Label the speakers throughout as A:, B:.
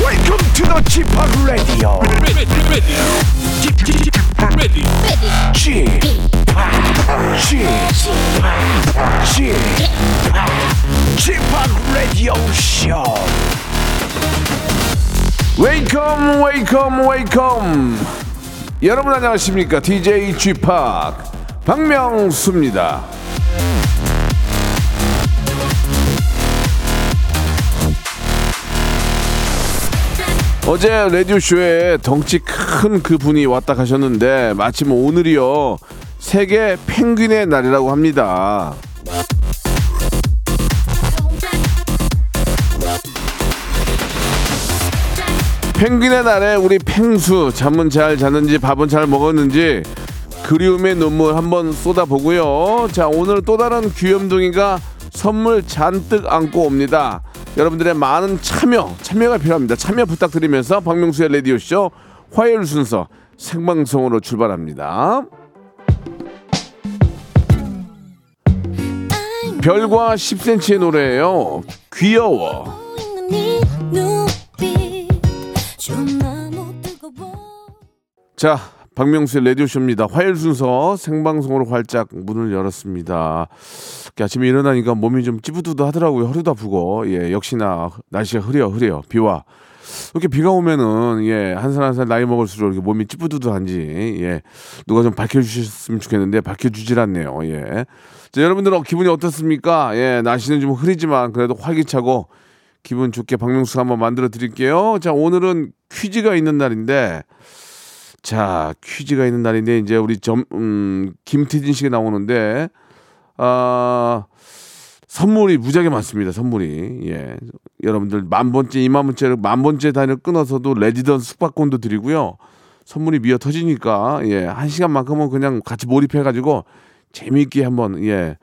A: Welcome to the Chip Radio.
B: ready, ready, ready, ready.
A: Chip, Chip, Chip, Chip Radio Show. Welcome, welcome, welcome. 여러분 안녕하십니까? DJ G 팍 박명수입니다. 어제 라디오쇼에 덩치 큰 그 분이 왔다 가셨는데 마침 오늘이요 세계 펭귄의 날이라고 합니다. 펭귄의 날에 우리 펭수 잠은 잘 잤는지 밥은 잘 먹었는지 그리움의 눈물 한번 쏟아보고요. 자 오늘 또 다른 귀염둥이가 선물 잔뜩 안고 옵니다. 여러분들의 많은 참여 참여가 필요합니다. 참여 부탁드리면서 박명수의 라디오 쇼 화요일 순서 생방송으로 출발합니다. 별과 10cm의 노래예요. 귀여워. 자, 박명수의 라디오쇼입니다. 화요일 순서 생방송으로 활짝 문을 열었습니다. 이렇게 아침에 일어나니까 몸이 좀 찌부드도 하더라고요. 허리도 아프고, 예, 역시나 날씨가 흐려, 흐려, 비와. 이렇게 비가 오면은, 예, 한 살 한 살 나이 먹을수록 이렇게 몸이 찌부드드한지, 예, 누가 좀 밝혀주셨으면 좋겠는데, 밝혀주질 않네요, 예. 자, 여러분들은 기분이 어떻습니까? 예, 날씨는 좀 흐리지만 그래도 활기차고, 기분 좋게 박명수 한번 만들어 드릴게요. 자, 오늘은 퀴즈가 있는 날인데, 자 퀴즈가 있는 날인데 이제 우리 점 음, 김태진 씨가 나오는데 아 선물이 무지하게 많습니다 선물이 예 여러분들 만 번째 이만 번째를 만 번째 단위를 끊어서도 레지던 숙박권도 드리고요 선물이 미어 터지니까 예한 시간만큼은 그냥 같이 몰입해 가지고 재미있게 한번 예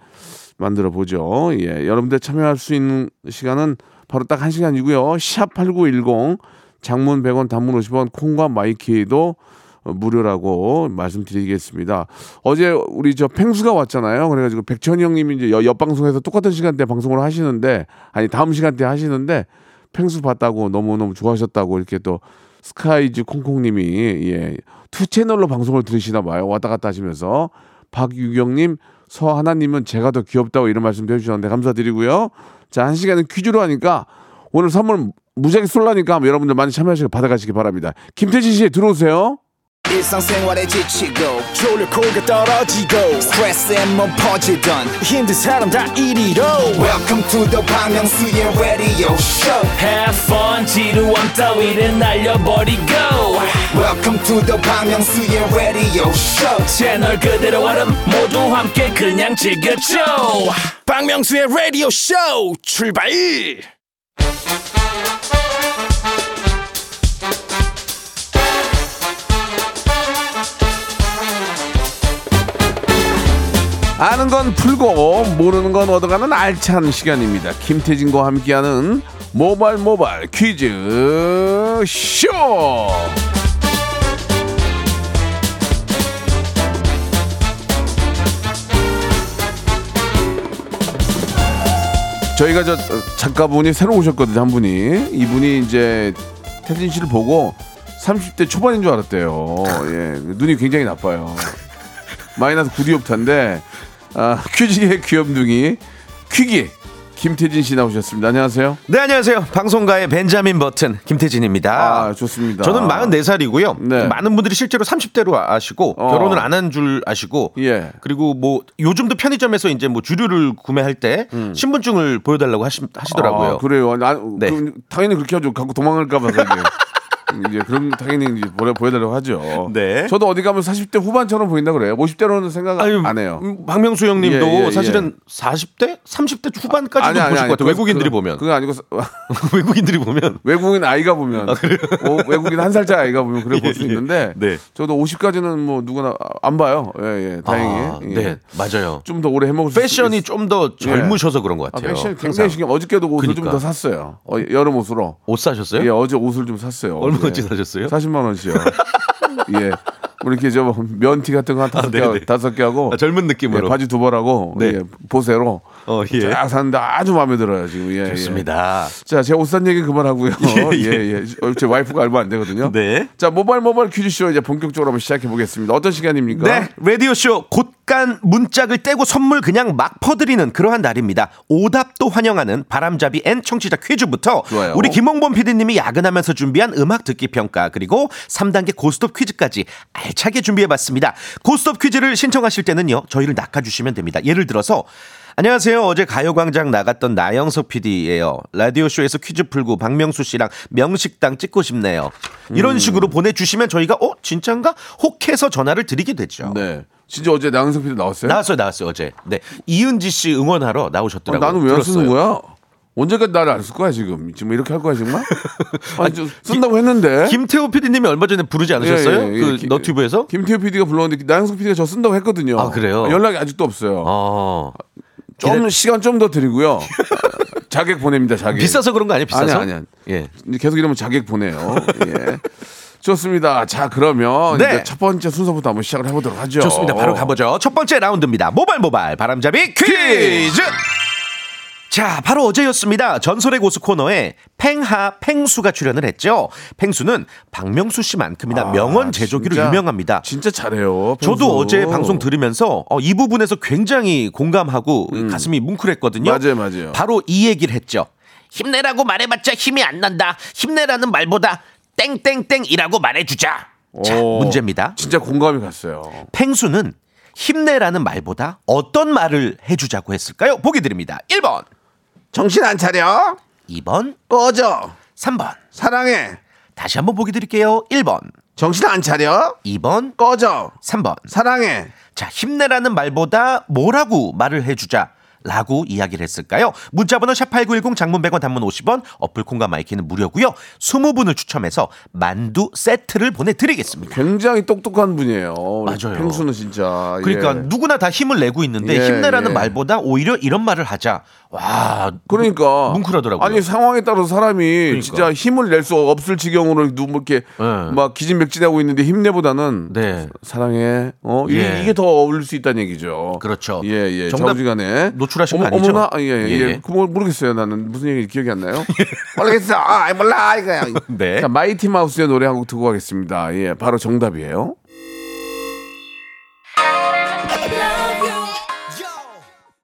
A: 만들어 보죠 예 여러분들 참여할 수 있는 시간은 바로 딱 한 시간이고요 샵8910 장문 100원 단문 50원 콩과 마이키도 어, 무료라고 말씀드리겠습니다. 어제 우리 저 펭수가 왔잖아요. 그래가지고 백천이 형님이 이제 여- 옆 방송에서 똑같은 시간대 방송을 하시는데 아니 다음 시간대 하시는데 펭수 봤다고 너무 너무 좋아하셨다고 이렇게 또 스카이즈 콩콩님이 예투 채널로 방송을 들으시나 봐요 왔다 갔다 하시면서 박유경님 서하나님은 제가 더 귀엽다고 이런 말씀도 해주셨는데 감사드리고요. 자 한 시간은 퀴즈로 하니까 오늘 선물 무지하게 쏠라니까 한번 여러분들 많이 참여하시고 받아가시기 바랍니다. 김태진 씨 들어오세요.
C: 일상생활에 지치고, 졸려 코가 떨어지고, 스트레스에 몸 퍼지던, 힘든 사람 다 이리로. welcome to the Bang Myung-soo's radio show
D: Have fun 지루함 따위를 날려버리고
C: welcome to the Bang Myung-soo's radio show
D: 채널 그대로 얼음 모두 함께 그냥 즐겨줘
B: 박명수의 라디오 쇼 출발!
A: 아는 건 풀고 모르는 건 얻어가는 알찬 시간입니다. 김태진과 함께하는 모발 모발 퀴즈 쇼. 저희가 저 작가분이 새로 오셨거든요 한 분이 이분이 이제 태진 씨를 보고 30대 초반인 줄 알았대요. 예, 눈이 굉장히 나빠요. 마이너스 9디옵타인데 아, 퀴즈의 귀염둥이 퀴기 김태진 씨 나오셨습니다. 안녕하세요.
E: 네 안녕하세요 방송가의 벤자민 버튼 김태진입니다.
A: 아, 좋습니다.
E: 저는 44살이고요.
A: 네.
E: 많은 분들이 실제로 30대로 아시고
A: 어.
E: 결혼을 안 한 줄 아시고
A: 예.
E: 그리고 뭐 요즘도 편의점에서 이제 뭐 주류를 구매할 때 신분증을 보여달라고 하시, 더라고요
A: 음. 아, 그래요. 나,
E: 네.
A: 그럼 당연히 그렇게 하죠. 갖고 도망갈까 봐. 그런데. 음, 이제 그럼 당연히 이제 보여, 보여달라고 하죠.
E: 네.
A: 저도 어디 가면 40대 후반처럼 보인다 그래요. 50대로는 생각 안 해요.
E: 음, 박명수 형님도
A: 예, 아, 예, 예.
E: 사실은 40대, 30대 후반까지도 보실 것 같아요.
A: 그거-
E: 외국인들이
A: 그거-
E: 보면
A: 그거 아니고 사-
E: 외국인들이 보면
A: 외국인 아이가 보면 어, 외국인 한 살짜리 아이가 보면 그래 볼 수
E: 예, 예.
A: 있는데
E: 네.
A: 저도 50까지는 뭐 누구나 안 봐요. 예, 예. 다행히.
E: 아,
A: 예.
E: 네 맞아요.
A: 좀 더 오래 해먹을 수
E: 패션이 좀 더 젊으셔서 그런 것
A: 아, 패션
E: 같아요. 항상. 그러니까.
A: 굉장히 신경. 어저께도 옷을 좀
E: 그니까. 네?
A: 더 샀어요. 어, 여름 옷으로.
E: 옷 사셨어요?
A: 예, 어제 옷을 좀 샀어요.
E: 얼마나 찌 사셨어요?
A: 40만 원씩요. 예. 뭐 이렇게 저 면티 같은 거 한 다섯 개
E: 네, 네.
A: 다섯 개 하고
E: 아, 젊은 느낌으로.
A: 예, 바지 두 벌하고
E: 네.
A: 예, 보세로
E: 어, 예.
A: 쫙 사는데 아주 마음에 들어요 지금. 예,
E: 좋습니다.
A: 예. 자, 제 옷산 얘기 그만하고요.
E: 예,
A: 예,
E: 예.
A: 예. 어, 제 와이프가 알바 안 되거든요.
E: 네.
A: 자, 모발 모발 퀴즈쇼 이제 본격적으로 한번 시작해 보겠습니다. 어떤 시간입니까?
E: 네, 라디오쇼 곧간 문짝을 떼고 선물 그냥 막 퍼드리는 그러한 날입니다. 오답도 환영하는 바람잡이 앤 청취자 퀴즈부터
A: 좋아요.
E: 우리 김홍범 PD님이 야근하면서 준비한 음악 듣기 평가 그리고 3단계 고스톱 퀴즈까지 알차게 준비해봤습니다. 고스톱 퀴즈를 신청하실 때는요, 저희를 낚아주시면 됩니다. 예를 들어서 안녕하세요. 어제 가요광장 나갔던 나영석 PD예요. 라디오쇼에서 퀴즈 풀고 박명수 씨랑 명식당 찍고 싶네요.
A: 음.
E: 이런 식으로 보내주시면 저희가 어? 진짠가? 혹해서 전화를 드리게 되죠.
A: 네. 진짜 어제 나영석 PD 나왔어요?
E: 나왔어요, 나왔어요, 어제. 네. 이은지 씨 응원하러
A: 어,
E: 나오셨더라고요.
A: 나는 왜 안 쓰는
E: 들었어요.
A: 거야? 언제까지 나를 안 쓸 거야 지금? 지금 이렇게 할 거야 정말? 아니, 저 쓴다고 했는데.
E: 김태호 PD님이 얼마 전에 부르지 않으셨어요?
A: 예, 예, 예.
E: 그
A: 김-
E: 너튜브에서?
A: 김태우 PD가 불렀는데 나영석 PD가 저 쓴다고 했거든요.
E: 아, 그래요?
A: 연락이 아직도 없어요.
E: 어.
A: 좀
E: 기다려-
A: 시간 좀 더 드리고요. 자객 보냅니다. 자객.
E: 비싸서 그런 거 아니에요? 비싸서?
A: 아니 아니.
E: 예.
A: 예. 계속 이러면 자객 보내요. 예. 좋습니다. 자 그러면
E: 네.
A: 이제 첫 번째 순서부터 한번 시작을 해보도록 하죠.
E: 좋습니다. 바로 가보죠. 첫 번째 라운드입니다. 모발 모발 바람잡이 어. 퀴즈. 자, 바로 어제였습니다. 전설의 고수 코너에 팽하 팽수가 출연을 했죠. 팽수는 박명수 씨만큼이나
A: 아,
E: 명언 제조기로
A: 진짜-
E: 유명합니다.
A: 진짜 잘해요.
E: 저도
A: 평소.
E: 어제 방송 들으면서 어, 이 부분에서 굉장히 공감하고 가슴이 뭉클했거든요.
A: 음. 맞아요, 맞아요.
E: 바로 이 얘기를 했죠. 힘내라고 말해봤자 힘이 안 난다. 힘내라는 말보다 땡땡땡이라고 말해주자. 자,
A: 오.
E: 문제입니다.
A: 진짜 공감이 갔어요.
E: 펭수는 힘내라는 말보다 어떤 말을 해주자고 했을까요? 보기 드립니다. 1번,
A: 정신 안 차려.
E: 2번,
A: 꺼져.
E: 3번.
A: 사랑해.
E: 다시 한번 보기 드릴게요. 1번,
A: 정신 안 차려.
E: 2번,
A: 꺼져.
E: 3번.
A: 사랑해.
E: 자, 힘내라는 말보다 뭐라고 말을 해주자. 라고 이야기를 했을까요? 문자번호 샵8910 장문 100원 단문 50원 어플콘과 마이키는 무료고요 20분을 추첨해서 만두 세트를 보내드리겠습니다
A: 굉장히 똑똑한 분이에요. 우리
E: 맞아요.
A: 펭수는 진짜.
E: 그러니까
A: 예.
E: 누구나 다 힘을 내고 있는데
A: 예,
E: 힘내라는
A: 예.
E: 말보다 오히려 이런 말을 하자 와
A: 그러니까
E: 뭉클하더라고요. 그러니까.
A: 아니 상황에 따라서 사람이 진짜 힘을 낼 수 없을 지경으로 누구 이렇게
E: 예.
A: 막 기진맥진하고 있는데 힘내보다는
E: 네.
A: 사랑해. 어 이-
E: 예.
A: 이게 더 어울릴 수 있다는 얘기죠.
E: 그렇죠.
A: 예, 예.
E: 정답
A: 정답시간에
E: 노출하신 거
A: 어머,
E: 아니죠?
A: 어머나, 아, 예, 예.
E: 예.
A: 예. 그거 모르겠어요. 나는 무슨 얘기 기억이 안 나요. 모르겠어. 아, 몰라. 이거야.
E: 네.
A: 자, 마이티 마우스의 노래 한 곡 듣고 가겠습니다. 예, 바로 정답이에요.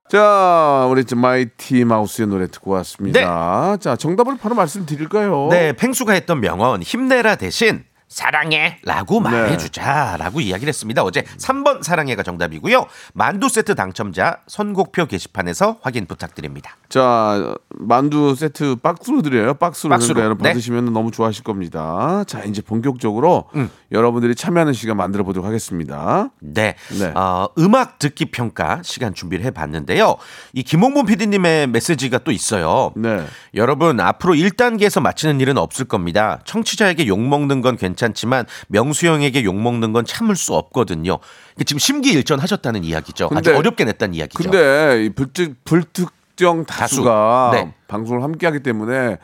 A: 자, 우리 이제 마이티 마우스의 노래 듣고 왔습니다. 자, 정답을 바로 말씀드릴까요?
E: 네, 팽수가 했던 명언 힘내라 대신 사랑해라고
A: 네.
E: 말해주자라고 이야기를 했습니다. 어제 3번 사랑해가 정답이고요. 만두 세트 당첨자 선곡표 게시판에서 확인 부탁드립니다.
A: 자, 만두 세트 박스로 드려요. 박스로,
E: 박스로.
A: 그러니까 여러분
E: 네.
A: 받으시면 너무 좋아하실 겁니다. 자, 이제 본격적으로
E: 음.
A: 여러분들이 참여하는 시간 만들어 보도록 하겠습니다.
E: 네,
A: 네.
E: 어, 음악 듣기 평가 시간 준비를 해봤는데요. 이 김홍범 PD님의 메시지가 또 있어요.
A: 네.
E: 여러분 앞으로 1단계에서 마치는 일은 없을 겁니다. 청취자에게 욕먹는 건 괜찮지만 명수형에게 욕먹는 건 참을 수 없거든요. 이게 지금 심기일전 하셨다는 이야기죠.
A: 근데-
E: 아주 어렵게 냈다는 이야기죠.
A: 근데 이 불특, 불특정 다수가
E: 다수. 네. 음.
A: 방송을 함께 하기 때문에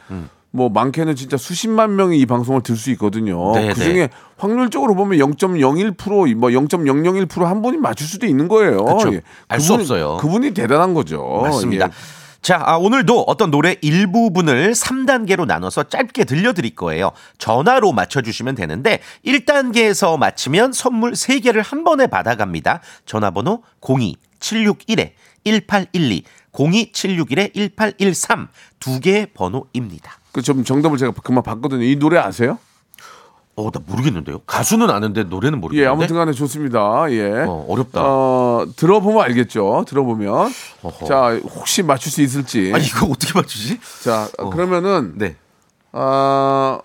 A: 뭐 많게는 진짜 수십만 명이 이 방송을 들 수 있거든요.
E: 네,
A: 그 중에
E: 네.
A: 확률적으로 보면 0.01%, 뭐 0.001%한 분이 맞출 수도 있는 거예요.
E: 그쵸.
A: 예.
E: 알수
A: 그분이-
E: 없어요.
A: 그분이 대단한 거죠.
E: 맞습니다.
A: 예.
E: 어, 자, 아, 오늘도 어떤 노래 일부분을 3단계로 나눠서 짧게 들려드릴 거예요. 전화로 맞춰주시면 되는데, 1단계에서 맞히면 선물 3개를 한 번에 받아갑니다. 전화번호 02761-1812, 02761-1813, 두 개의 번호입니다.
A: 그 좀 정답을 제가 그만 봤거든요. 이 노래 아세요?
E: 어, 나 모르겠는데요. 가수는 아는데 노래는
A: 예,
E: 모르겠는데.
A: 아무튼 간에 좋습니다. 예.
E: 어, 어렵다.
A: 어, 들어보면 알겠죠. 들어보면.
E: 어허.
A: 자, 혹시 맞출 수 있을지.
E: 아, 이거 어떻게 맞추지?
A: 자,
E: 어.
A: 그러면은
E: 네.
A: 아,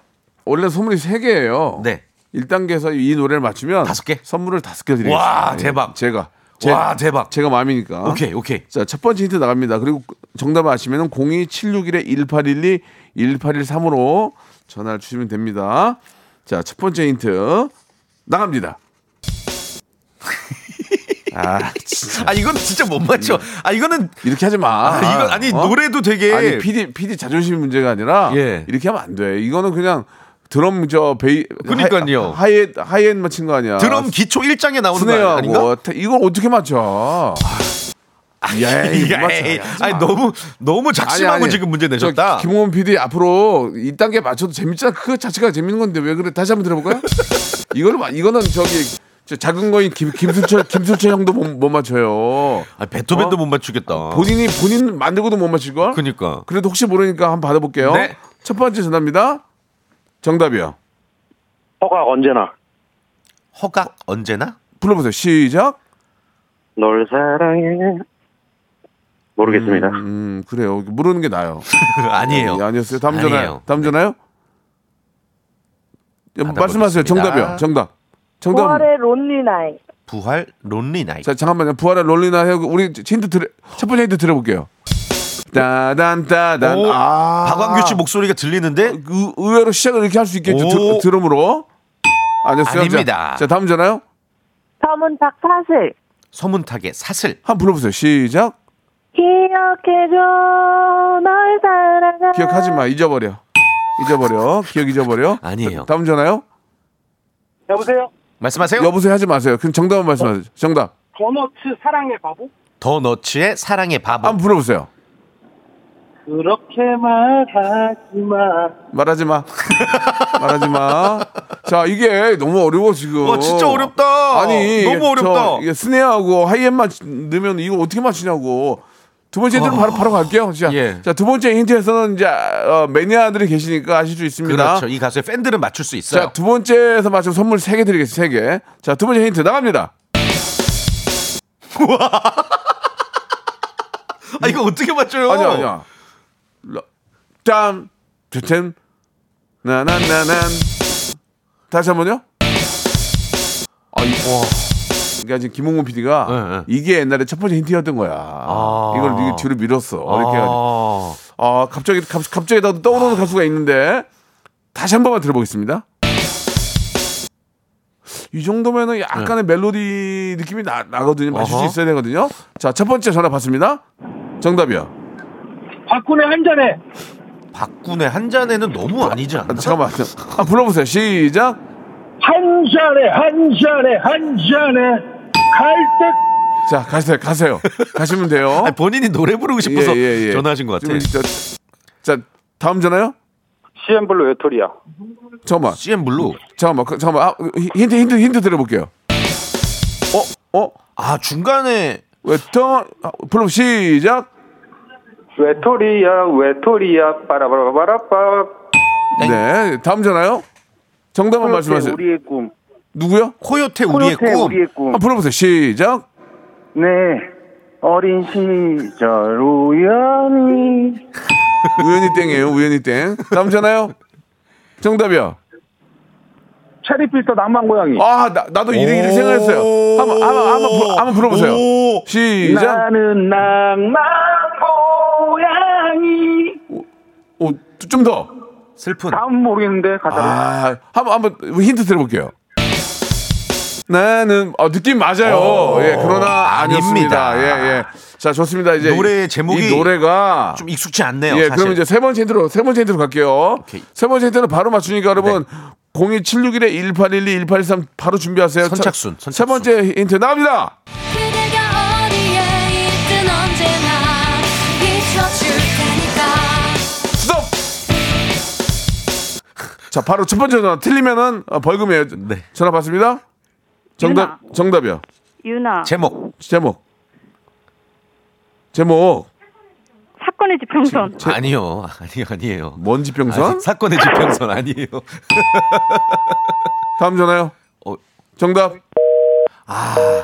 A: 원래 선물이 세개예요
E: 네.
A: 1단계에서 이 노래를 맞추면
E: 다섯 개?
A: 선물을 다섯 개 드리겠습니다.
E: 와,
A: 예,
E: 대박.
A: 제가.
E: 와, 대박.
A: 제가 마음이니까.
E: 오케이, 오케이.
A: 자, 첫 번째 힌트 나갑니다. 그리고 정답을 아시면은 02761-1812 1813으로 전화를 주시면 됩니다. 자, 첫 번째 힌트 나갑니다. 아, 진짜.
E: 아, 이건 진짜 못 맞춰. 아, 이거는
A: 이렇게 하지 마.
E: 아, 이건 아니
A: 어?
E: 노래도 되게
A: 아니 PD PD 자존심 문제가 아니라
E: 예.
A: 이렇게 하면 안 돼. 이거는 그냥 드럼 저 베이
E: 그러니까요.
A: 하, 하이엔 하이엔 맞힌 거 아니야.
E: 드럼 기초 1장에 나오는 거 아닌가?
A: 스네어하고 태- 이걸 어떻게 맞춰? 예,
E: 에이,
A: 이거 맞춰.
E: 에이,
A: 하지
E: 아니
A: 마.
E: 너무 너무
A: 아니,
E: 작심하고
A: 아니.
E: 지금 문제
A: 저
E: 내셨다.
A: 김홍원 PD 앞으로 이 단계 맞춰도 재밌잖아. 그 자체가 재밌는 건데 왜 그래? 다시 한번 들어볼까요? 이거는 마- 이거는 저기 저 작은 거인 김, 김순철 김순철 형도 못, 못 맞춰요.
E: 아, 베토벤도
A: 어?
E: 못 맞추겠다.
A: 본인이 본인 만들고도 못 맞출 걸?
E: 그러니까.
A: 그래도 혹시 모르니까 한번 받아볼게요.
E: 네.
A: 첫 번째 전화입니다. 정답이요.
F: 허가 언제나
E: 허각 언제나?
A: 불러보세요. 시작.
F: 널 사랑해 모르겠습니다.
A: 음 그래요. 모르는 게 나요.
E: 아니에요.
A: 아 아니었어요. 다음
E: 아니에요.
A: 전화요. 다음 전화요. 예, 말씀하세요.
E: 받아보겠습니다.
A: 정답이요. 정답. 정답.
G: 부활의 론리 나이.
E: 부활 론리 나이.
A: 자 잠깐만요. 부활의 롤리나 하고 우리 힌트 드려 첫 번째 힌트 드려볼게요. 따단 따단.
E: 오,
A: 아 어? 그
E: 박광규 씨 목소리가 들리는데
A: 의- 의외로 시작을 이렇게 할 수 있겠죠.
E: 오.
A: 드, 드럼으로. 아니었어요.
E: 아닙니다.
A: 자, 자 다음 전화요.
G: 서문탁 사실.
E: 서문탁의 사슬.
A: 한번 불러보세요. 시작.
G: 기억해줘 널 사랑한
A: 기억하지 마. 잊어버려. 잊어버려. 기억 잊어버려.
E: 아니에요.
A: 다음 전화요.
F: 여보세요.
E: 말씀하세요.
A: 여보세요 하지 마세요. 그럼 정답만 말씀하세요. 정답.
F: 버너츠 사랑의 바보?
E: 더너츠의 사랑의 바보.
A: 한번 불러보세요.
F: 그렇게 말하지 마.
A: 말하지 마. 말하지 마. 자, 이게 너무 어려워, 지금.
E: 와, 진짜 어렵다.
A: 아니.
E: 너무
A: 이게
E: 어렵다.
A: 저, 이게 스네어하고 하이엔만 넣으면 이거 어떻게 맞히냐고. 두 번째 힌트로 바로, 바로 갈게요. 자,
E: 아. 예.
A: 자, 두 번째 힌트에서는 이제 어, 매니아들이 계시니까 아실 수 있습니다.
E: 그렇죠. 이 가수의 팬들은 맞출 수 있어요.
A: 자, 두 번째에서 맞추면 선물 세 개 드리겠습니다. 세 개. 자, 두 번째 힌트 나갑니다.
E: 아 이거 어떻게 맞춰요?
A: 아니야, 아니야. 러- 짠, 짠, 나나나난. 다시 한 번요. 아, 이, 와. 그러니까 지금 김홍문
E: 네,
A: PD가 이게 옛날에 첫 번째 힌트였던 거야. 이걸 이게 뒤로 밀었어. 이렇게 해가지고.
E: 아,
A: 아, 갑자기 갑, 갑자기 나도 떠오르는 가수가 있는데 다시 한 번만 들어보겠습니다. 이 정도면은 약간의 멜로디 느낌이 나, 나거든요. 맞출 수
E: 네. 어허.
A: 있어야 되거든요. 자, 첫 번째 전화 받습니다. 정답이요.
F: 박군의 한 잔에
E: 박군의 한 잔에는 너무 아니지 않나?
A: 아, 잠깐만. 아, 불러보세요. 시작.
F: 한 잔에 한 잔에 한 잔에 갈때
A: 자, 가세요. 가세요. 가시면 돼요. 예,
E: 아니, 본인이 노래 부르고 싶어서 전화하신 것 같아요.
A: 지금 진짜- 자, 다음 전화요?
F: CN블루 외톨이야.
A: 잠깐만.
E: CM 블루.
A: 잠깐만. 그, 잠깐만. 아, 힌트, 힌트, 힌트 드려볼게요. 어? 어?
E: 아 중간에
A: 왜, 또? 아, 불러, 시작.
F: 외톨이야 외톨이야 빠라바라바라빠.
A: 네. 다음 전화요? 정답만 말씀하세요.
F: 우리의 꿈.
A: 누구요?
E: 코요태 우리의
F: 코요태
E: 꿈.
F: 우리의 꿈.
A: 아, 불러보세요. 시작.
F: 네. 어린 시절 우연히
A: 우연히 땡이에요. 우연히 땡. 다음 전화요? 정답이요.
F: 체리필터 낭만고양이.
A: 아, 나, 나도 이래, 이래 생각했어요. 한번, 한번, 한번, 불- 한번 불러보세요.
E: 오.
A: 시작.
F: 나는 낭만고양이.
A: 오, 좀 더.
E: 슬픈.
F: 다음 아, 모르겠는데 가사를.
A: 아, 한번 한번 힌트 드려볼게요. 나는 어, 느낌 맞아요. 예, 그러나 아니었습니다.
E: 아닙니다.
A: 예, 예. 자, 좋습니다. 이제
E: 노래의
A: 이-
E: 제목이
A: 이 노래가
E: 좀 익숙치 않네요.
A: 예,
E: 사실.
A: 그러면 이제 세 번째 힌트로 세 번째 힌트로 갈게요.
E: 오케이. 네.
A: 세 번째 힌트는 바로 맞추니까 여러분 02761에 1812 1813 바로 준비하세요.
E: 선착순,
A: 첫- 세
E: 선착순.
A: 번째 힌트 나옵니다.
H: 그대가 어디에 있든 언제나 비춰줄 테니까
A: 스톱. 자, 바로 첫 번째 전화 틀리면은 어, 벌금이에요.
E: 네.
A: 전화 받습니다. 정답 정답이요.
G: 유나
E: 제목
A: 제목. 제목.
G: 사건의 지평선.
E: 아니요 아니요 아니에요.
A: 먼지 병선.
E: 아니, 사건의 지평선 아니에요.
A: 다음 전화요.
E: 어. 아.
A: 정답.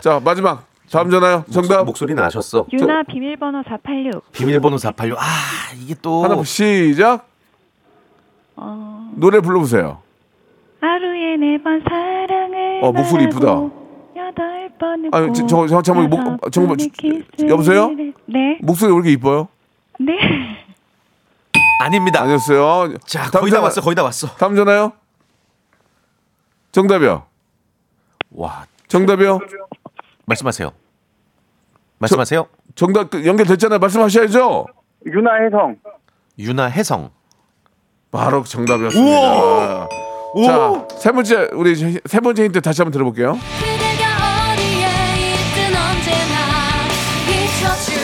A: 자 마지막. 다음 전화요. 정답.
E: 목소리 나셨어.
G: 유나 비밀번호 486.
E: 비밀번호 486. 아 이게 또
A: 하나 시작. 노래 불러보세요.
G: 하루에 네 번 사랑을
A: 어, 목소리
G: 말하고
A: 이쁘다.
G: 여덟 번을
A: 아니, 저- 저- 저- 잠깐만, 목-
G: 다섯
A: 잠깐만,
G: 번의
A: 저- 뭐,
G: 키스를
A: 여보세요? 뭐-
G: 네,
A: 목소리 왜 이렇게 이뻐요?
G: 네.
E: 아닙니다.
A: 아니었어요. 예.
E: 자
A: 다음
E: 거의 다
A: 전화-
E: 왔어 거의 다 왔어.
A: 다음 전화요. 정답이요.
E: 와
A: 정답이요.
E: 말씀하세요. 말씀하세요.
A: 정답 그 연결됐잖아요. 말씀하셔야죠.
F: 유나 혜성.
E: 유나 혜성.
A: 바로 정답이었습니다.
E: 오!
A: 자, 세 번째 우리 세- 세 번째 힌트 다시 한번 들어볼게요.
H: 그대가 어디에 있든 언제나 비춰줄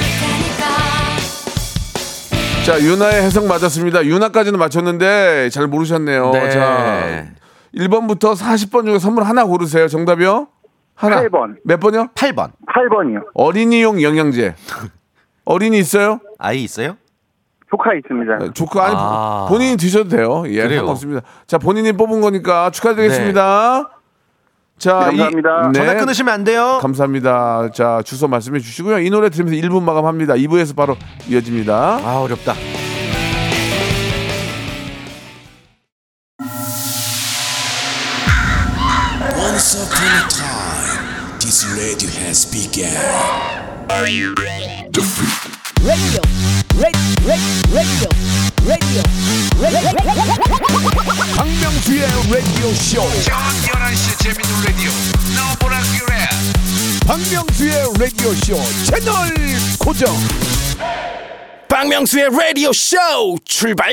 H: 테니까
A: 자, 유나의 해석 맞았습니다. 유나까지는 맞췄는데 잘 모르셨네요.
E: 네.
A: 자, 1번부터 40번 중에 선물 하나 고르세요. 정답이요? 하나.
F: 팔 번.
A: 몇 번이요?
E: 8번.
F: 8번이요.
A: 어린이용 영양제. 어린이 있어요?
E: 아이 있어요?
F: 조카 있습니다.
A: 네, 조카 아니
E: 아.
A: 본인이 드셔도 돼요. 예,
E: 그래요.
A: 상관없습니다. 자, 본인이 뽑은 거니까 축하드리겠습니다. 자,
F: 네, 감사합니다.
A: 이,
E: 네. 전화 끊으시면 안 돼요.
A: 감사합니다. 자, 주소 말씀해 주시고요. 이 노래 들으면서 1분 마감합니다. 2부에서 바로 이어집니다.
E: 아 어렵다.
B: Once upon a time, this radio has begun.
C: 박명수의 라디오 쇼. 저녁 11시 재밌는 라디오. 너무나 귀해. 박명수의 라디오 쇼 채널 고정.
B: 박명수의 라디오 쇼 출발!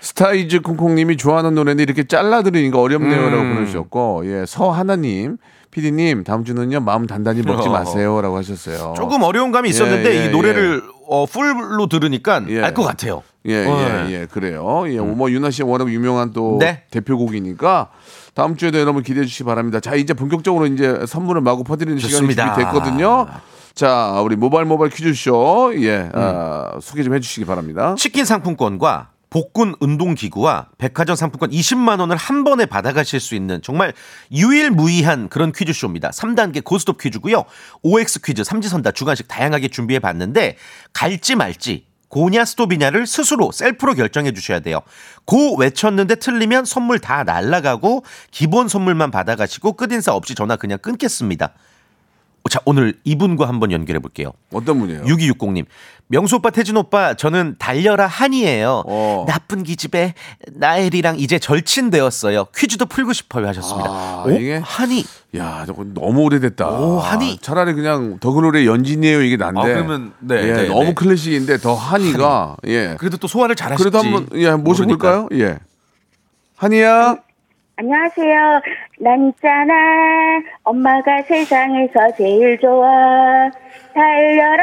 A: 스타이즈 콩콩님이 좋아하는 노래인데 이렇게 잘라드리니까 어렵네요라고
E: 음.
A: 보내주셨고, 예, 서하나님, 피디님, 다음 주는요, 마음 단단히 먹지
E: 어.
A: 마세요라고 하셨어요.
E: 조금 어려운 감이 있었는데
A: 그렇죠. 예, 예,
E: 이 노래를 어, 풀로 들으니까
A: 예.
E: 알 것 같아요.
A: 예,
E: 어. 음.
A: 예, 예, 그래요. 예, 뭐 유나 씨의 워낙 유명한 또
E: 네.
A: 대표곡이니까 다음 주에도 여러분 기대해 주시기 바랍니다. 자, 이제 본격적으로 이제 선물을 마구 퍼드리는 시간이
E: 좋습니다.
A: 준비됐거든요. 자, 우리 모발 모발 퀴즈쇼 예, 아, 소개 좀 해주시기 바랍니다.
E: 치킨 상품권과 복근 운동 기구와 백화점 상품권 20만 원을 한 번에 받아가실 수 있는 정말 유일무이한 그런 퀴즈쇼입니다. 3단계 고스톱 퀴즈고요. OX 퀴즈, 삼지선다, 주간식 다양하게 준비해 봤는데 갈지 말지 고냐 스톱이냐를 스스로 셀프로 결정해 주셔야 돼요. 고 외쳤는데 틀리면 선물 다 날라가고 기본 선물만 받아가시고 끝인사 없이 전화 그냥 끊겠습니다. 자, 오늘 이분과 한번 연결해 볼게요.
A: 어떤 분이에요?
E: 6260님. 명수 오빠, 태진 오빠, 저는 달려라 한이에요.
A: 어.
E: 나쁜 기집애, 나엘이랑 이제 절친되었어요. 퀴즈도 풀고 싶어요 하셨습니다.
A: 아,
E: 오,
A: 이게?
E: 한이.
A: 야, 저거 너무 오래됐다.
E: 오, 한이.
A: 차라리 그냥 더그롤의 연진이에요 이게 난데.
E: 아, 그러면 네,
A: 예,
E: 네,
A: 너무
E: 네.
A: 클래식인데 더 한이가 예.
E: 그래도 또 소화를 잘하시지.
A: 그래도 한번 예,
E: 모르니까.
A: 모셔볼까요? 예. 한이야.
I: 안녕하세요. 난 있잖아. 엄마가 세상에서 제일 좋아. 달려라,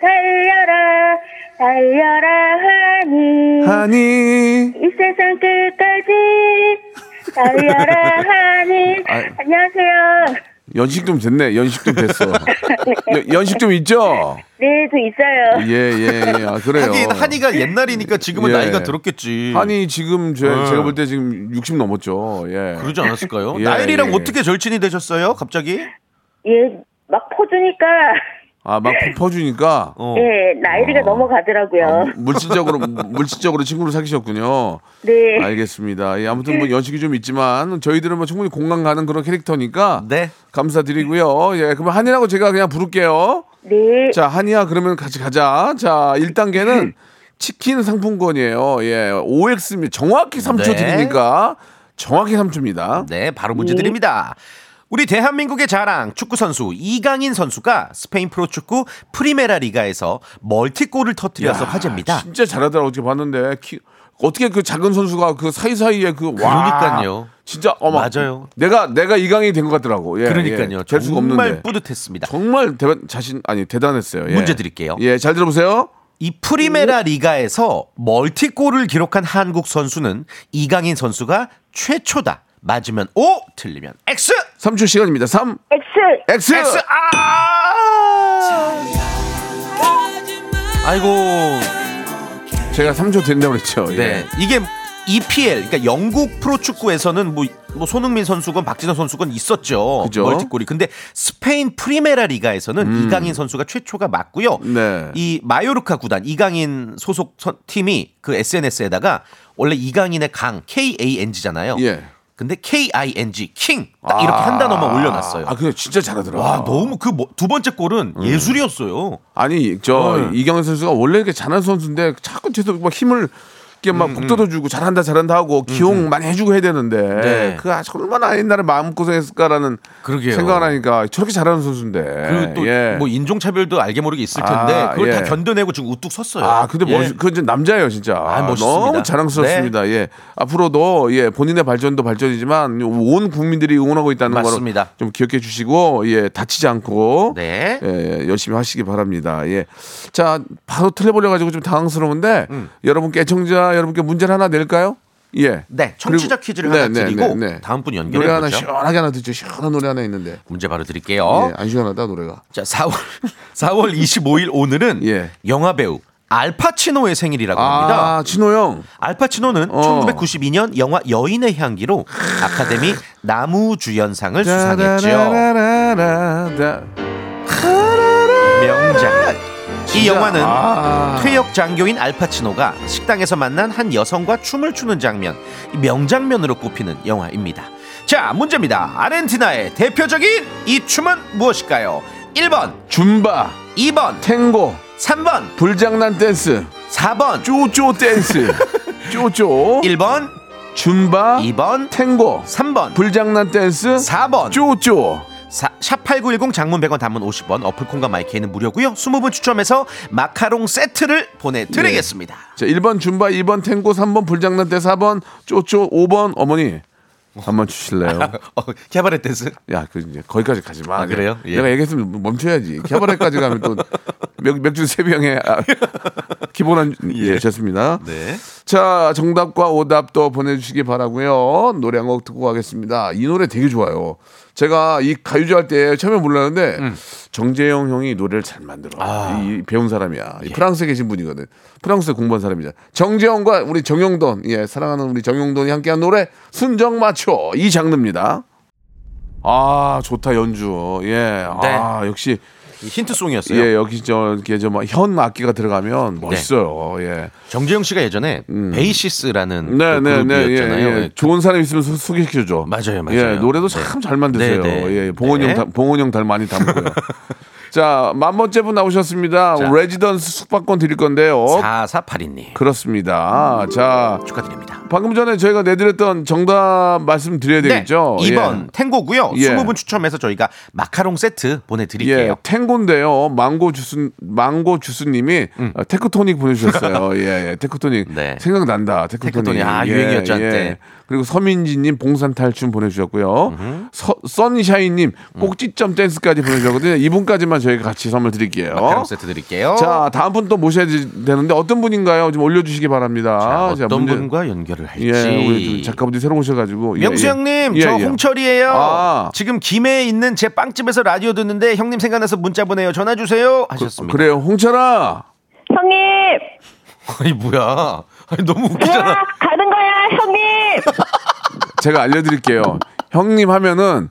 I: 달려라, 달려라, 하니.
A: 한이.
I: 이 세상 끝까지. 달려라, 하니.
A: 아.
I: 안녕하세요.
A: 연식 좀 됐네. 연식 좀 됐어. 여- 연식 좀 있죠?
I: 네, 저 있어요.
A: 예, 예, 예. 아, 그래요.
E: 하긴 한이가 옛날이니까 지금은
A: 예.
E: 나이가 들었겠지.
A: 한이 지금 제,
E: 네.
A: 제가 볼 때 지금 60 넘었죠. 예.
E: 그러지 않았을까요?
A: 예,
E: 나엘이랑
A: 예.
E: 어떻게 절친이 되셨어요? 갑자기?
I: 예, 막 퍼주니까,
A: 아, 막 퍼주니까
E: 어.
I: 예, 나이리가 넘어가더라고요.
A: 아, 물- 물질적으로 물질적으로 친구를 사귀셨군요.
I: 네.
A: 알겠습니다. 예, 아무튼 뭐 연식이 좀 있지만 저희들은 뭐 충분히 공감 가는 그런 캐릭터니까
E: 네.
A: 감사드리고요. 예, 그럼 한이라고 제가 그냥 부를게요.
I: 네.
A: 자, 한이야 그러면 같이 가자. 자, 1단계는 치킨 상품권이에요. 예. OX 정확히 3초
E: 네.
A: 드리니까 정확히 3초입니다.
E: 네, 바로 문제 드립니다. 우리 대한민국의 자랑 축구 선수 이강인 선수가 스페인 프로축구 프리메라 리가에서 멀티골을 터뜨려서 화제입니다.
A: 진짜 잘하더라 어떻게 봤는데 키- 어떻게 그 작은 선수가 그 사이사이에 그 와.
E: 그러니까요.
A: 진짜 어머.
E: 맞아요.
A: 내가 내가 이강이 된 것 같더라고. 예,
E: 그러니까요.
A: 예. 될 수가 없는데.
E: 정말 뿌듯했습니다.
A: 정말 대단 자신 아니 대단했어요. 예.
E: 문제 드릴게요.
A: 예, 잘 들어보세요.
E: 이 프리메라 리가에서 멀티골을 기록한 한국 선수는 이강인 선수가 최초다. 맞으면 O, 틀리면 X.
A: 3초 시간입니다. 3 X.
I: 엑스!
E: X. 아! 아이고.
A: 제가 3초 드린다고 그랬죠.
E: 네.
A: 예.
E: 이게 EPL 그러니까 영국 프로축구에서는 뭐, 뭐 손흥민 선수건 박지성 선수건 있었죠
A: 그죠. 음.
E: 멀티골이 근데 스페인 프리메라 리가에서는 이강인 선수가 최초가 맞고요
A: 네.
E: 이 마요르카 구단 이강인 소속 선- 팀이 그 SNS에다가 원래 이강인의 강 KANG잖아요
A: 예.
E: 근데 KING 킹 딱 이렇게 한 단어만 올려놨어요
A: 아, 음. 그래 진짜 잘하더라.
E: 와 너무 그 두 번째 골은 예술이었어요
A: 아니 저
E: 어.
A: 이경현 선수가 원래 이렇게 잘하는 선수인데 자꾸 계속 막 힘을 쉽게
E: 음,
A: 막 북돋아주고 잘한다 잘한다 하고 기용 많이 해주고 해야 되는데
E: 네.
A: 그 아주 얼마나 옛날에 마음 고생했을까라는
E: 그러게요.
A: 생각을 하니까 저렇게 잘하는 선수인데
E: 그리고 또 뭐
A: 예.
E: 인종차별도 알게 모르게 있을 텐데
A: 아,
E: 그걸 다
A: 예.
E: 견뎌내고 지금 우뚝 섰어요.
A: 아, 근데
E: 예.
A: 멋, 그건 이제 남자예요, 진짜.
E: 아, 멋있습니다. 네.
A: 너무 자랑스럽습니다. 예. 앞으로도, 예, 본인의 발전도 발전이지만, 온 국민들이 응원하고 있다는
E: 맞습니다.
A: 걸 좀 기억해 주시고, 예, 다치지 않고,
E: 네.
A: 예, 열심히 하시기 바랍니다. 예. 자, 바로 틀려버려가지고 좀 당황스러운데,
E: 음.
A: 여러분께, 청자 여러분께 문제를 하나 낼까요? 예.
E: 네, 청취자
A: 그리고-
E: 퀴즈를
A: 네,
E: 하나
A: 네,
E: 드리고
A: 네, 네.
E: 다음 분 연결해
A: 노래 하나
E: 보죠. 어?
A: 시원하게 하나 듣죠. 시원한 노래 하나 있는데.
E: 문제 바로 드릴게요.
A: 예, 안 시원하다, 노래가.
E: 자, 4월 4월 25일 오늘은
A: 예.
E: 영화 배우 알파치노의 생일이라고 합니다.
A: 아, 진호 형.
E: 알파치노는
A: 어.
E: 1992년 영화 여인의 향기로 아카데미
A: 아.
E: 남우주연상을 수상했죠.
A: 수상했죠.
E: 명작. 이 영화는
A: 아.
E: 퇴역 장교인 알파치노가 식당에서 만난 한 여성과 춤을 추는 장면, 이 명장면으로 꼽히는 영화입니다. 자, 문제입니다. 아르헨티나의 대표적인 이 춤은 무엇일까요? 1번,
A: 줌바,
E: 2번,
A: 탱고,
E: 3번,
A: 불장난 댄스,
E: 4번,
A: 쪼쪼 댄스, 쪼쪼,
E: 1번,
A: 줌바,
E: 2번,
A: 탱고,
E: 3번,
A: 불장난 댄스,
E: 4번.
A: 쪼쪼.
E: 샵8910 장문 100원 단문 50원 어플콘과 마이케이는 무료고요. 20분 추첨해서 마카롱 세트를 보내드리겠습니다.
A: 자, 1번 줌바, 2번 탱고, 3번 불장난 댄스, 4번 쪼쪼, 5번 어머니. 한번 주실래요?
E: 어, 캐바레 댄스.
A: 야, 그 이제 거기까지 가지 마.
E: 아, 그래요? 예.
A: 내가 얘기했으면 멈춰야지. 캐바레까지 가면 또 맥, 맥주 세 병에 아, 기본 한 예, 좋습니다.
E: 네.
A: 자, 정답과 오답도 보내주시기 바라고요. 노래 한 곡 듣고 가겠습니다. 이 노래 되게 좋아요. 제가 이 가요제 할 때 처음에 아. 몰랐는데 정재영 형이 노래를 잘 만들어. 이, 이 배운 사람이야. 이 프랑스에 계신 분이거든. 프랑스에 공부한 사람이자. 정재영과 우리 정용돈, 예, 사랑하는 우리 정용돈이 함께한 노래 순정마초 이 장르입니다. 아, 좋다 연주. 예, 아 역시
E: 힌트송이었어요.
A: 예 네. 여기 저 이렇게 저현 악기가 들어가면 멋있어요. 예.
E: 정재영 씨가 예전에 베이시스라는
A: 음. 네,
E: 그
A: 네, 네, 예,
E: 그룹이었잖아요.
A: 예. 좋은 사람 있으면 소- 소개시켜줘.
E: 맞아요, 맞아요.
A: 예, 노래도 참 잘 만드세요.
E: 네, 네.
A: 예, 봉원형,
E: 네.
A: 닮- 봉원형 닮 많이 닮고요. 자, 만 번째 분 나오셨습니다.
E: 자.
A: 레지던스 숙박권 드릴 건데요.
E: 4482님
A: 그렇습니다. 자,
E: 축하드립니다.
A: 방금 전에 저희가 내드렸던 정답 말씀드려야 되겠죠?
E: 네, 2번 탱고고요.
A: 예.
E: 20분 추첨해서 저희가 마카롱 세트
A: 예,
E: 보내드릴게요.
A: 예, 탱고인데요. 망고 주스, 망고 주스님이 어, 테크토닉 보내주셨어요. 예, 예, 테크토닉.
E: 음. 네.
A: 생각난다. 테크토닉.
E: 테크토닉. 아,
A: 예,
E: 유행이었죠, 한때.
A: 그리고 서민지님 봉산탈춤 보내주셨고요.
E: 음.
A: 서, 선샤이님 꼭지점 댄스까지 보내주셨거든요. 이분까지만 저희가 같이 선물 드릴게요.
E: 마카롱 아, 세트 드릴게요. 자,
A: 어? 자, 다음 분 또 모셔야 되는데 어떤 분인가요? 좀 올려주시기 바랍니다. 자,
E: 어떤
A: 문제-
E: 분과 연결을 할지.
A: 예, 우리 좀 작가분이 새로 오셔가지고. 예,
E: 명수
A: 예.
E: 형님,
A: 예,
E: 저
A: 예.
E: 홍철이에요.
A: 아.
E: 지금 김해에 있는 제 빵집에서 라디오 듣는데 형님 생각나서 문자 보내요. 전화 주세요.
A: 어,
E: 하셨습니다.
A: 그래요, 홍철아.
I: 형님!
E: 그, 아니 뭐야? 아니 너무
I: 으아!
E: 웃기잖아.
I: 가는 거야, 형님!
A: 제가 알려드릴게요. 형님 하면은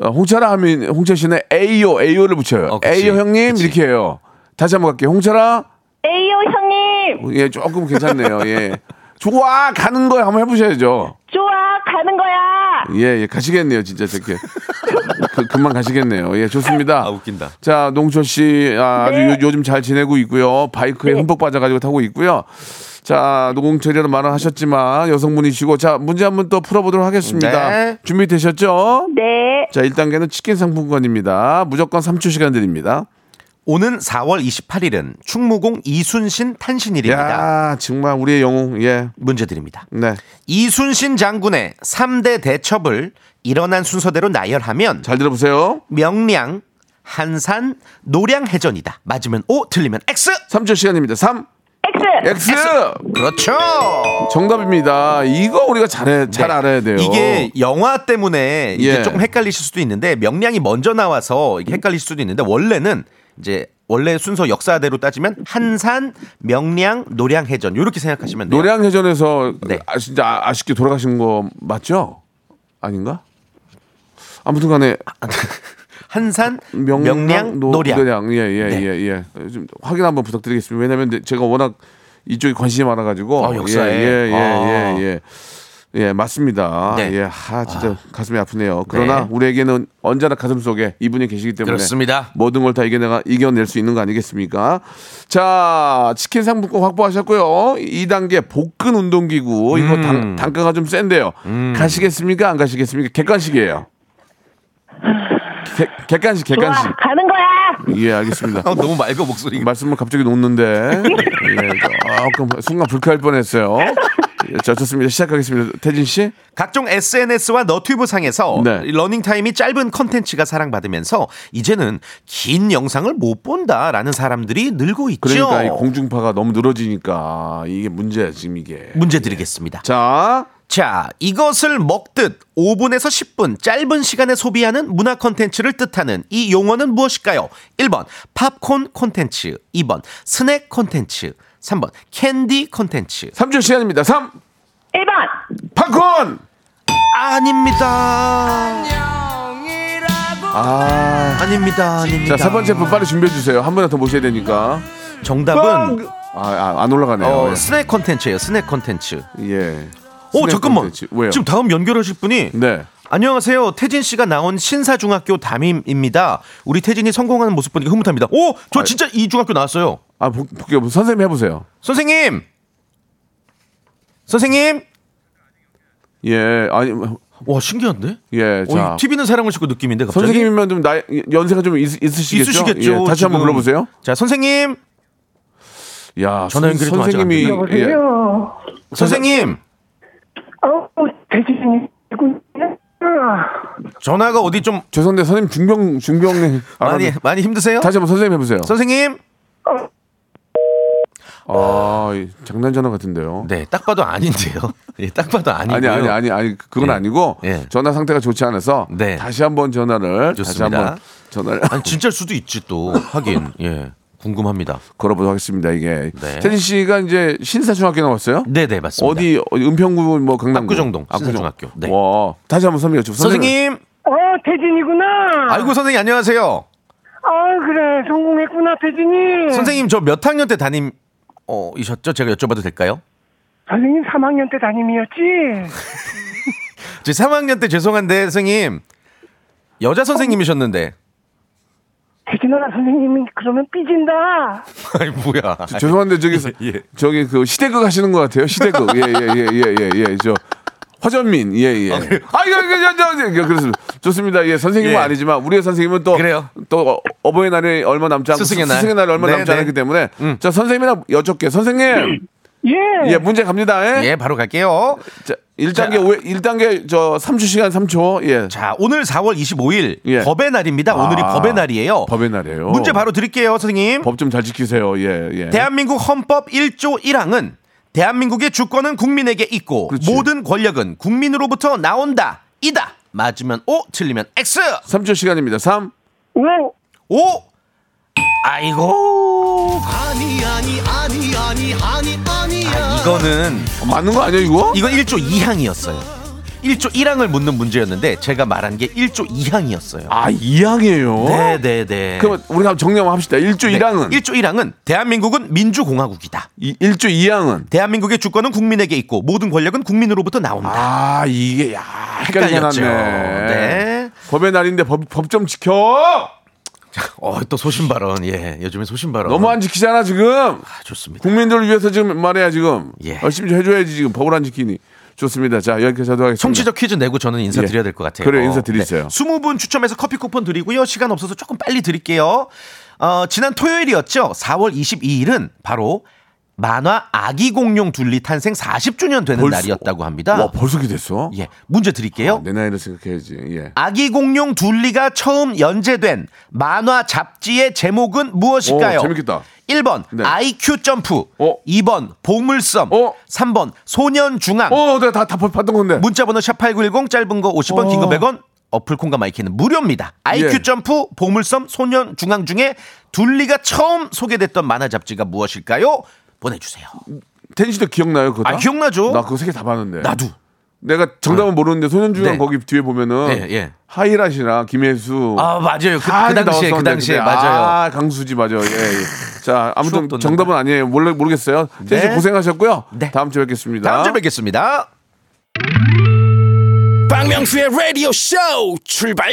A: 어, 홍철아 하면 홍철 씨는 에이요 에이요를 붙여요.
E: 어, 그치,
A: 에이요 형님
E: 그치.
A: 이렇게 해요. 다시 한번 갈게요. 홍철아
I: 에이요, 형님!
A: 예 조금 괜찮네요. 예 좋아 가는 거야 한번 해보셔야죠.
I: 좋아, 가는 거야!
A: 예, 예 가시겠네요 진짜 저렇게 그, 금방 가시겠네요. 예 좋습니다.
E: 아, 웃긴다.
A: 자 농철 씨 아, 주
I: 네.
A: 요, 요즘 잘 지내고 있고요. 바이크에 흠뻑 빠져가지고 타고 있고요. 자 노공철이라는 말은 하셨지만 여성분이시고 자 문제 한번 또 풀어보도록 하겠습니다.
E: 네.
A: 준비되셨죠?
I: 네.
A: 자, 1단계는 치킨 상품권입니다. 무조건 3초 시간 드립니다.
E: 오는 4월 28일은 충무공 이순신 탄신일입니다.
A: 야, 정말 우리의 영웅. 예.
E: 문제 드립니다.
A: 네.
E: 이순신 장군의 3대 대첩을 일어난 순서대로 나열하면
A: 잘 들어 보세요.
E: 명량, 한산, 노량해전이다. 맞으면 O, 틀리면 X.
A: 3초 시간입니다. 3
I: X!
A: X.
E: 그렇죠.
A: 정답입니다. 이거 우리가 잘해 잘
E: 네.
A: 알아야 돼요.
E: 이게 영화 때문에 이제
A: 예. 음.
E: 조금 헷갈리실 수도 있는데 명량이 먼저 나와서 이게 헷갈릴 수도 있는데 원래는 이제 원래 순서 역사대로 따지면 한산, 명량, 노량해전 이렇게 생각하시면 돼요.
A: 노량해전에서
E: 네.
A: 아, 진짜 아- 아쉽게 돌아가신 거 맞죠? 아닌가? 아무튼 간에
E: 한산,
A: 명,
E: 명량, 노량.
A: 예, 예,
E: 네.
A: 예, 예. 좀 확인 한번 부탁드리겠습니다. 왜냐면 하 제가 워낙 이쪽에 관심이 많아가지고.
E: 아, 역사에.
A: 예, 예, 예,
E: 아.
A: 예, 예. 예, 맞습니다.
E: 네.
A: 예, 아, 진짜 가슴이 아프네요. 그러나
E: 네.
A: 우리에게는 언제나 가슴 속에 이분이 계시기 때문에
E: 그렇습니다.
A: 모든 걸 다 이겨내가 이겨낼 수 있는 거 아니겠습니까? 자, 치킨 상품권 확보하셨고요. 2단계 복근 운동기구 이거 단, 단가가 좀 센데요. 가시겠습니까? 안 가시겠습니까? 객관식이에요. 객- 객관식,
I: 좋아
A: 객관식.
I: 가는 거야
A: 예, 알겠습니다.
E: 어, 너무 맑아 목소리.
A: 말씀을 갑자기 놓는데 예, 조금 순간 불쾌할 뻔했어요. 예, 자, 좋습니다. 시작하겠습니다. 태진 씨.
E: 각종 SNS와 너튜브 상에서
A: 네.
E: 이 러닝 타임이 짧은 컨텐츠가 사랑받으면서 이제는 긴 영상을 못 본다라는 사람들이 늘고 있죠.
A: 그러니까 이 공중파가 너무 늘어지니까 이게 문제야 지금 이게.
E: 문제 드리겠습니다.
A: 자,
E: 자, 이것을 먹듯 5분에서 10분 짧은 시간에 소비하는 문화 콘텐츠를 뜻하는 이 용어는 무엇일까요? 1번 팝콘 콘텐츠, 2번 스낵 콘텐츠, 3번 캔디 콘텐츠.
A: 3주 시간입니다. 3
I: 1번
A: 팝콘.
E: 아닙니다.
A: 아,
E: 아닙니다. 아닙니다.
A: 자, 세 번째 분 빨리 준비해 주세요. 한 번에 더 모셔야 되니까.
E: 정답은
A: 아, 아, 안 올라가네요.
E: 어, 스낵 콘텐츠예요. 스낵 콘텐츠.
A: 예.
E: 오
A: 스냅
E: 잠깐만.
A: 콘텐츠. 왜요?
E: 지금 다음 연결하실 분이
A: 네.
E: 안녕하세요. 태진 씨가 나온 신사중학교 담임입니다. 우리 태진이 성공하는 모습 보니까 흐뭇합니다. 오, 저 진짜 이 중학교 나왔어요.
A: 아, 보, 볼게요. 선생님 해 보세요.
E: 선생님. 선생님.
A: 예. 아니
E: 와 신기한데?
A: 예, 자.
E: 어, TV는 사랑을 싣고 느낌인데 갑자기.
A: 선생님이면 좀 나이, 연세가 좀 있, 있으시겠죠?
E: 있으시겠죠.
A: 예, 다시 한번
E: 지금.
A: 불러보세요.
E: 자 선생님,
A: 야,
E: 전화
A: 선-
E: 연결이 좀 아직
A: 선생님이
E: 안
A: 예,
F: 여보세요.
E: 선생님
F: 아우 어, 대진이 누구냐?
E: 전화가 어디 좀
A: 죄송한데 선생님 중병 중병
E: 많이 많이 힘드세요?
A: 다시 한번 선생님 해보세요.
E: 선생님.
A: 아 이- 장난 전화 같은데요.
E: 네, 딱 봐도 아닌데요. 예, 딱 봐도 아니고요.
A: 아니 아니 아니 아니 그건
E: 예.
A: 아니고
E: 예.
A: 전화 상태가 좋지 않아서
E: 네.
A: 다시 한번 전화를
E: 좋습니다.
A: 다시 한번 전화를
E: 아니 진짜일 수도 있지 또 하긴 예 궁금합니다.
A: 걸어보도록 하겠습니다. 이게
E: 네.
A: 태진 씨가 이제 신사중학교 나왔어요?
E: 네네 맞습니다.
A: 어디 어디 은평구 뭐 강남구
E: 압구정동, 신사중학교. 네.
A: 와 다시 한번 선배가 좀
E: 선생님
F: 어 대진이구나.
E: 아이고 선생님 안녕하세요.
F: 아 그래 성공했구나 대진이.
A: 네.
E: 선생님 저 몇 학년 때 담임 어 이셨죠? 제가 여쭤봐도 될까요?
F: 선생님 3학년 때 담임이었지.
E: 제 3학년 때 죄송한데 선생님 여자 선생님이셨는데
A: 어.
F: 대진아 선생님이 그러면 삐진다.
E: 아니 뭐야
A: 저- 죄송한데
E: 예,
A: 저기 저기 그 시대극 하시는 것 같아요. 시대극 예, 예예예예예저 화전민 예예. 아 이거 이거 이거 이거 그렇습니다. 좋습니다. 예 선생님은
E: 예.
A: 아니지만 우리의 선생님은 또
E: 그래요.
A: 또 어- 어버이날이 얼마 남지 않고
E: 스승의 날.
A: 스승의 날이 얼마
E: 네,
A: 남지
E: 네. 음.
A: 않기 때문에 자 선생님이랑 여쭙게 선생님
F: 예.
A: 예 문제 갑니다. 예.
E: 예 바로 갈게요
A: 자 1단계 오 1단계 저 3주 시간 3초 예.
E: 자 오늘 4월 25일
A: 예.
E: 법의 날입니다 오늘이
A: 아,
E: 법의 날이에요
A: 법의 날이에요.
E: 문제 바로 드릴게요 선생님
A: 법 좀 잘 지키세요. 예 예.
E: 대한민국 헌법 1조 1항은 대한민국의 주권은 국민에게 있고
A: 그렇지.
E: 모든 권력은 국민으로부터 나온다 이다 맞으면 O 틀리면 X
A: 3초 시간입니다. 3
F: 오.
E: 오 아이고 아, 이거는
A: 맞는 거 아니에요, 이거?
E: 이건 1조 2항이었어요. 1조 1항을 묻는 문제였는데 제가 말한 게 1조 2항이었어요.
A: 아, 이항이에요.
E: 네, 네, 네.
A: 그럼 우리가 한번 정리 한번 합시다. 1조
E: 네.
A: 일 1항은
E: 1조 1항은 대한민국은 민주공화국이다.
A: 1조 2항은
E: 대한민국의 주권은 국민에게 있고 모든 권력은 국민으로부터 나온다.
A: 아, 이게 야, 헷갈리긴
E: 헷갈렸죠.
A: 하네.
E: 네.
A: 법의 날인데 법 법 좀 지켜.
E: 어, 또 소신 발언. 예. 요즘에 소신 발언.
A: 너무 안 지키잖아, 지금.
E: 아, 좋습니다.
A: 국민들을 위해서 지금 말해야 지금. 어,
E: 예.
A: 열심히 좀 해줘야지 지금 법을 안 지키니. 좋습니다. 자, 여기까지 하도록 하겠습니다.
E: 성취적 퀴즈 내고 저는 인사드려야
A: 네. 예.
E: 될 것 같아요.
A: 그래요, 인사드리세요.
E: 20분 추첨해서 커피 쿠폰 드리고요. 시간 없어서 조금 빨리 드릴게요. 어, 지난 토요일이었죠. 4월 22일은 바로 만화 아기 공룡 둘리 탄생 40주년 되는
A: 벌써-
E: 날이었다고 합니다.
A: 와, 벌써 아, 네. 이렇게 됐어?
E: 예, 문제 드릴게요.
A: 내 나이를 생각해야지. 예.
E: 아기 공룡 둘리가 처음 연재된 만화 잡지의 제목은 무엇일까요?
A: 오, 재밌겠다.
E: 1번
A: 네.
E: IQ 점프,
A: 어.
E: 2번 보물섬,
A: 어.
E: 3번 소년 중앙,
A: 어, 내가 다, 다 봤던 건데.
E: 문자번호 샵8910 짧은 거 50원 긴 거 100원 어플 콩과 마이키는 무료입니다. IQ
A: 예.
E: 점프 보물섬 소년 중앙 중에 둘리가 처음 소개됐던 만화 잡지가 무엇일까요? 보내주세요.
A: 텐시도 기억나요, 그거? 다?
E: 아, 기억나죠?
A: 나 그거 세 개 다 봤는데.
E: 나도 아.
A: 내가 정답은 모르는데 소년주간
E: 네.
A: 거기 뒤에 보면은
E: 예, 예.
A: 하이라시랑 김혜수
E: 아 맞아요. 그,
A: 다
E: 그 당시에 그
A: 나왔었는데,
E: 당시에
A: 근데.
E: 맞아요.
A: 아, 강수지 맞아요. 예. 예. 자, 아무튼
E: 추억 돋는다.
A: 정답은 아니에요. 몰라 모르겠어요.
E: 네.
A: 네. 고생하셨고요.
E: 네.
A: 다음 주에 뵙겠습니다.
E: 다음 주에 뵙겠습니다.
B: 박명수의 라디오 쇼 출발!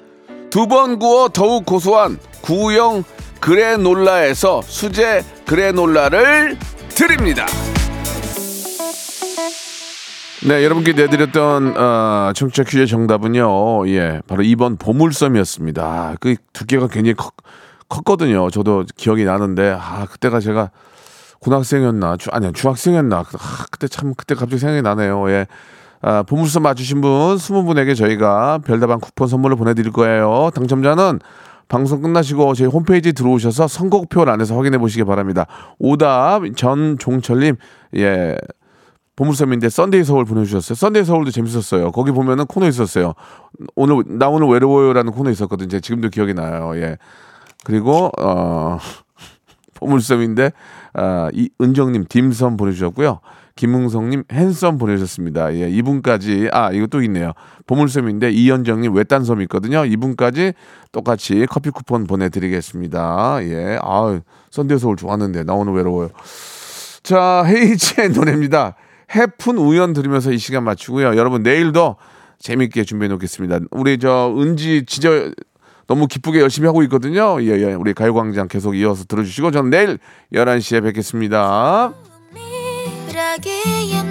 A: 두 번 구워 더욱 고소한 구형 그래놀라에서 수제 그래놀라를 드립니다. 네, 여러분께 내드렸던 어, 청취자 퀴즈의 정답은요. 예, 바로 2번 보물섬이었습니다. 아, 그 두께가 굉장히 컸, 컸거든요. 저도 기억이 나는데 아 그때가 제가 고등학생이었나 주, 아니야 중학생이었나 아, 그때 참 그때 갑자기 생각이 나네요. 예. 아, 보물섬 맞추신 분 20분에게 저희가 별다방 쿠폰 선물을 보내드릴 거예요. 당첨자는 방송 끝나시고 저희 홈페이지 들어오셔서 선곡표 안에서 확인해 보시기 바랍니다. 오답 전종철님 예 보물섬인데 썬데이 서울 보내주셨어요. 썬데이 서울도 재밌었어요. 거기 보면은 코너 있었어요. 오늘 나 오늘 외로워요라는 코너 있었거든요. 제가 지금도 기억이 나요. 예. 그리고 어 보물섬인데 아, 이 은정님 딤섬 보내주셨고요. 김흥성님 핸섬 보내주셨습니다. 예, 이분까지 아 이거 또 있네요. 보물섬인데 이현정님 외딴섬 있거든요. 이분까지 똑같이 커피 쿠폰 보내드리겠습니다. 예, 아 선대 서울 좋았는데 나 오늘 외로워요. 자, 헤이지의 노래입니다. 해픈 우연 들으면서 이 시간 마치고요. 여러분 내일도 재밌게 준비해 놓겠습니다. 우리 저 은지 진짜 너무 기쁘게 열심히 하고 있거든요. 예, 예. 우리 가요광장 계속 이어서 들어주시고 저는 내일 11시에 뵙겠습니다.
H: 미라기의